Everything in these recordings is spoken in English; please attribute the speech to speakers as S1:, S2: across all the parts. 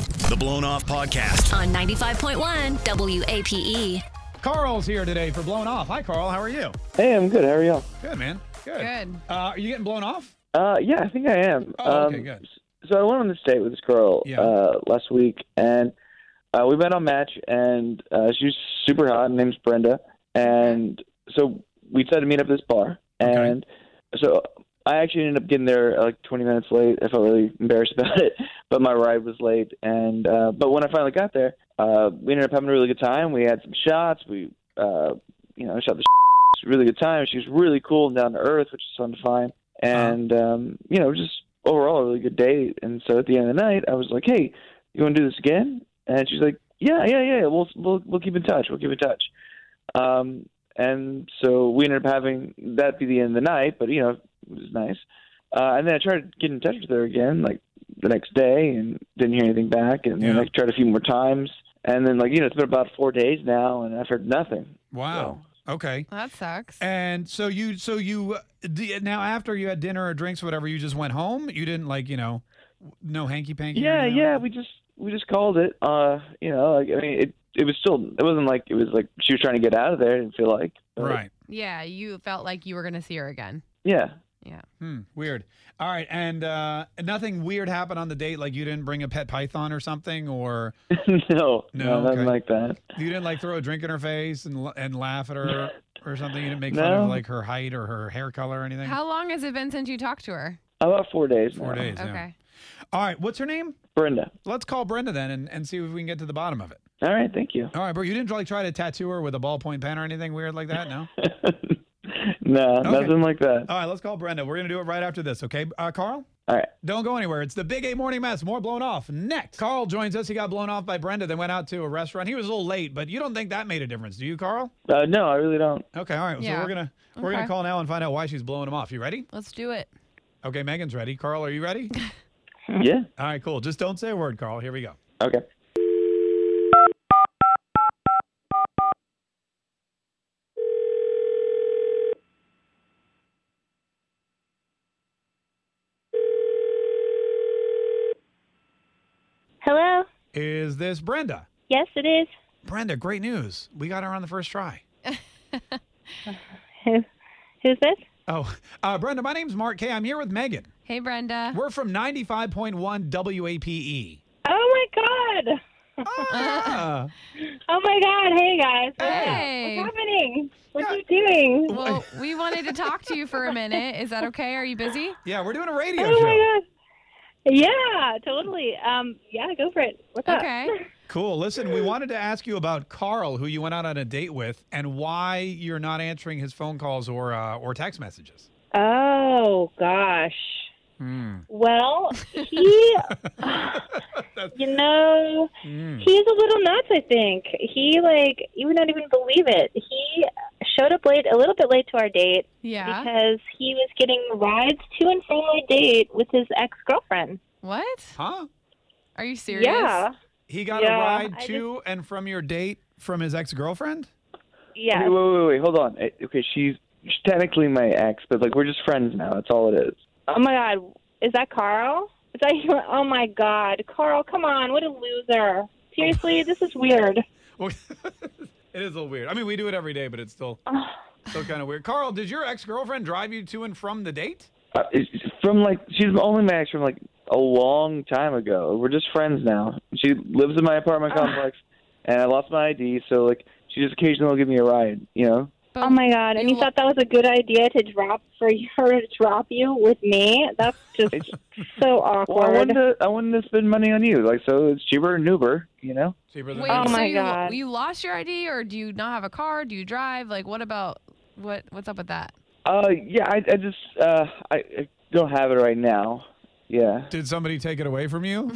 S1: The Blown Off Podcast.
S2: on 95.1 WAPE.
S3: Carl's here today for Blown Off. Hi, Carl. How are you?
S4: Hey, I'm good. How are y'all?
S3: Good, man. Good.
S5: Good.
S3: Uh, are you getting blown off?
S4: Uh, yeah, I think I am.
S3: Oh, okay,
S4: Um,
S3: good.
S4: So I went on this date with this girl
S3: Yeah.
S4: uh, last week, and uh, we met on Match, and uh, she was super hot. Her name's Brenda, and so we decided to meet up at this bar, and so I actually ended up getting there uh, like 20 minutes late. I felt really embarrassed about it, but my ride was late, and uh, but when I finally got there, uh, we ended up having a really good time. We had some shots. We, uh, you know, shot the really good time. She was really cool and down to earth, which is fun to find. And um, you know, just overall a really good date. And so at the end of the night, I was like, "Hey, you want to do this again?" And she's like, "Yeah, yeah, yeah. We'll we'll we'll keep in touch. We'll keep in touch." Um, and so we ended up having that be the end of the night. But you know, it was nice. Uh, and then I tried to get in touch with her again, like the next day, and didn't hear anything back. And then
S3: Yeah.
S4: I tried a few more times. And then, like you know, it's been about four days now, and I've heard nothing.
S3: Wow. Okay.
S5: That sucks.
S3: And so you, so you, uh, d- now after you had dinner or drinks, or whatever, you just went home. You didn't like, you know, no hanky panky.
S4: Yeah, yeah, we just we just called it. Uh, you know, like I mean, it it was still it wasn't like it was like she was trying to get out of there. I didn't feel like But,
S3: Right.
S5: yeah, you felt like you were going to see her again.
S4: Yeah,
S3: Hmm. Weird. All right. And uh, nothing weird happened on the date. Like you didn't bring a pet python or something, or
S4: no, no,
S3: No,
S4: nothing
S3: okay.
S4: like that.
S3: you didn't like throw a drink in her face and la- and laugh at her or something. You didn't make fun
S4: No.
S3: of like her height or her hair color or anything.
S5: How long has it been since you talked to her?
S4: About four days.
S3: Four
S4: now.
S3: days. yeah.
S5: Okay.
S3: All right. What's her name?
S4: Brenda.
S3: Let's call Brenda then and, and see if we can get to the bottom of it.
S4: All right, thank you.
S3: All right, bro. You didn't like try to tattoo her with a ballpoint pen or anything weird like that, no?
S4: no, nothing like that.
S3: All right, let's call Brenda. We're gonna do it right after this, okay? Uh, Carl,
S4: All right.
S3: don't go anywhere. It's the Big Eight Morning Mess. More blown off next. Carl joins us. He got blown off by Brenda. Then went out to a restaurant. He was a little late, but you don't think that made a difference, do you, Carl?
S4: Uh, no, I really don't.
S3: Okay. All right. So
S5: Yeah.
S3: we're gonna we're
S5: Okay.
S3: gonna call now and find out why she's blowing him off. You ready?
S5: Let's do it.
S3: Okay. Megan's ready. Carl, are you ready?
S4: Yeah.
S3: All right. Cool. Just don't say a word, Carl. Here we go.
S4: Okay.
S6: Hello.
S3: Is this Brenda?
S6: Yes, it is.
S3: Brenda, great news. We got her on the first try.
S6: Who, who's this?
S3: Oh, uh, Brenda, my name's Mark Kay. I'm here with Megan.
S5: Hey, Brenda.
S3: We're from 95.1 WAPE.
S6: Oh my god.
S3: E. Ah.
S6: Oh my god. Hey guys.
S5: Hey.
S6: What's happening? What are you doing?
S5: Well, we wanted to talk to you for a minute. Is that okay? Are you busy?
S3: yeah, we're doing a radio
S6: Oh
S3: show.
S6: my god. Yeah, totally. Um, yeah, go for it. What's up?
S5: Okay.
S3: Cool. Listen, we wanted to ask you about Carl, who you went out on a date with, and why you're not answering his phone calls or uh, or text messages.
S6: Oh gosh. Well, he, you know,
S3: Hmm.
S6: he's a little nuts. I think he like you would not even believe it. He showed up late, a little bit late to our date.
S5: Yeah.
S6: because he was getting rides to and from our date with his ex girlfriend.
S5: What?
S3: Huh?
S5: Are you serious?
S6: Yeah.
S3: He got
S6: Yeah,
S3: a ride
S6: I
S3: to and from your date from his ex girlfriend?
S6: Yeah.
S4: Hey, wait, wait, wait. Hold on. Eh, Okay, she's, she's technically my ex, but like we're just friends now. That's all it is.
S6: Oh my God. Is that Carl? Is that you? Oh my God. Carl, come on. What a loser. Seriously, this is weird.
S3: Well, it is a little weird. I mean, we do it every day, but it's still
S6: Ah.
S3: still kind of weird. Carl, did your ex girlfriend drive you to and from the date?
S4: Uh, it's from like she's only my ex from like a long time ago. We're just friends now. She lives in my apartment complex, and I lost my ID, so like she just occasionally will give me a ride. You know?
S5: But
S6: Oh my God. And you
S5: lo-
S6: thought that was a good idea to drop for her to drop you with me? That's just so
S4: Well, I
S6: awkward.
S4: wouldn't. have- I wouldn't have spent money on you. Like so, it's cheaper than Uber. You know?
S3: Cheaper than
S5: Wait,
S6: Oh
S5: so
S6: my
S5: you,
S6: God.
S5: You lost your ID, or do you not have a car? Do you drive? Like, what about what? What's up with that?
S4: Uh, yeah. I, I just uh, I, I don't have it right now. Yeah.
S3: Did somebody take it away from you?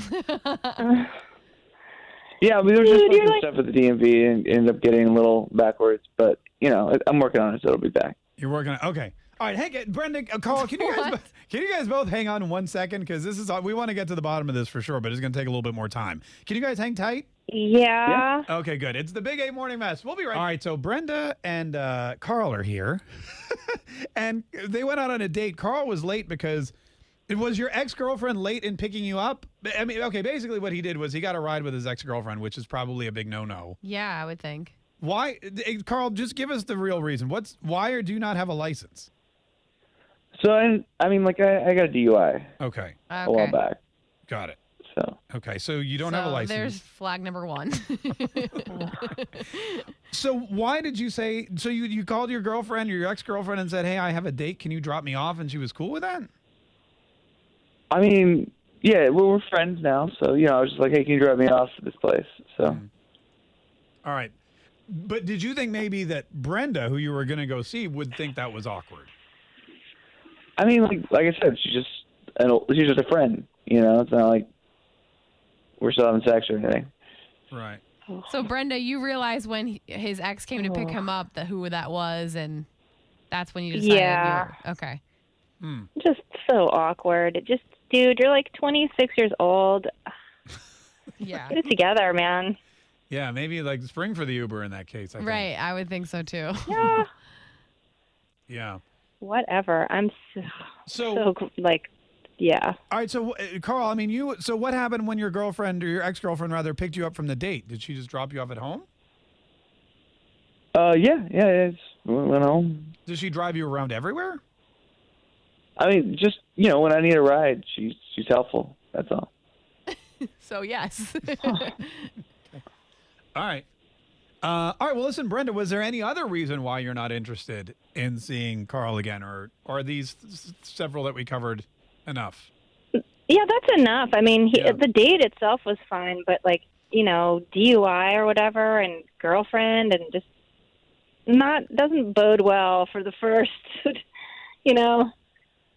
S4: Yeah. I mean, there was just
S6: Dude,
S4: like some
S6: you're like-
S4: stuff at the DMV and ended up getting a little backwards, but you know, I- I'm working on it, so it'll be back.
S3: You're working on okay. All right, hey, Brenda, uh, Carl, can you guys
S5: What?
S3: bo- can you guys both hang on one second because this is uh, we want to get to the bottom of this for sure, but it's going to take a little bit more time. Can you guys hang tight?
S6: yeah.
S3: Okay, good. It's the Big Eight Morning Mess. We'll be right. All right, so Brenda and uh, Carl are here, and they went out on a date. Carl was late because Was your ex girlfriend late in picking you up? I mean, okay, basically what he did was he got a ride with his ex girlfriend, which is probably a big no no.
S5: Yeah, I would think.
S3: Why, eh, Carl? Just give us the real reason. What's why or do you not have a license?
S4: So I, I mean, like I, I got a DUI
S3: Okay,
S5: Okay.
S4: a while back.
S3: got it.
S4: So
S3: Okay, so you don't have a
S5: So
S3: license.
S5: There's flag number one.
S3: So why did you say? So you you called your girlfriend or your ex girlfriend and said, "Hey, I have a date. Can you drop me off?" And she was cool with that.
S4: I mean, yeah, well, we're friends now. So you know, I was just like, hey, can you drop me off to this place? So
S3: All right. But did you think maybe that Brenda, who you were going to go see, would think that was awkward?
S4: I mean, like like I said, she's just an old, she's just a friend. You know, it's not like we're still having sex or anything.
S3: Right.
S5: so Brenda, you realize when he- his ex came to
S6: Oh.
S5: pick him up that who that was, and that's when you decided. you
S6: Yeah.
S5: were- okay.
S3: Hmm.
S6: Just so awkward. It Just, dude, you're like 26 years old.
S5: Yeah.
S6: Get it together, man.
S3: Yeah, maybe like spring for the Uber in that case. I think.
S5: right. I would think so too.
S6: Ah,
S3: Yeah.
S6: whatever. I'm so,
S3: So,
S6: so like, yeah.
S3: all right. So, uh, Carl, I mean, you. So, what happened when your girlfriend or your ex girlfriend rather picked you up from the date? Did she just drop you off at home?
S4: Uh, yeah, yeah, yeah, it's, we went home.
S3: Did she drive you around everywhere?
S4: I mean, just you know, when I need a ride, she's she's helpful. That's all.
S5: So yes.
S3: All right. Uh, all right. Well, listen, Brenda. Was there any other reason why you're not interested in seeing Carl again, or, or are these s- several that we covered enough?
S6: Yeah, that's enough. I mean, he,
S3: Yeah.
S6: the date itself was fine, but like, you know, DUI or whatever and girlfriend and just not doesn't bode well for the first, you know.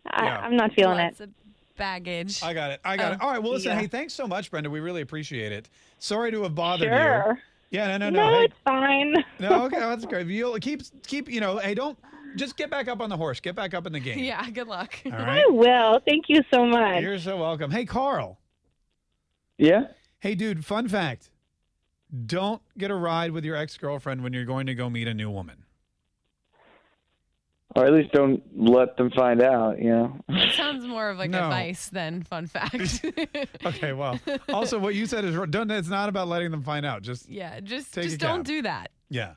S6: I,
S3: Yeah.
S6: I'm not feeling it.
S5: Lots of baggage.
S3: I got it. I got
S5: Oh,
S3: it. All right. Well, listen.
S6: yeah.
S3: Hey, thanks so much, Brenda. We really appreciate it. Sorry to have bothered
S6: Sure.
S3: you. Yeah. No. No.
S6: No,
S3: No. hey,
S6: it's fine.
S3: no. Okay. That's great. You'll keep keep. You know. Hey, don't just get back up on the horse. Get back up in the game.
S5: yeah. Good luck.
S3: All
S6: I
S3: right.
S6: will. Thank you so much.
S3: You're so welcome. Hey, Carl.
S4: Yeah.
S3: Hey, dude. Fun fact. Don't get a ride with your ex girlfriend when you're going to go meet a new woman.
S4: Or at least don't let them find out, you know.
S5: It sounds more of like
S3: No.
S5: advice than fun fact.
S3: Okay, well, also what you said is wrong. Don't- It's not about letting them find out. Just
S5: yeah. Just
S3: Take a
S5: just don't
S3: cab.
S5: do that.
S3: yeah.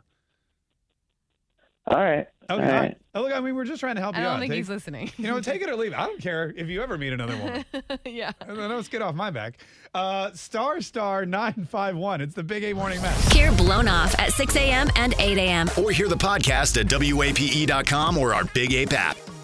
S4: All right.
S3: Okay.
S4: All right.
S3: Oh, look, I mean, we're just trying to help
S5: I
S3: you
S5: don't
S3: out.
S5: think
S3: Take-
S5: he's listening.
S3: you know, take it or leave it. I don't care if you ever meet another woman.
S5: yeah.
S3: No, let's get off my back. Uh, star star nine five one. It's the Big A Morning Mess.
S2: Hear Blown Off at 6 a.m. and 8 a.m.
S1: E Or hear the podcast at WAPE.com or our Big Ape app.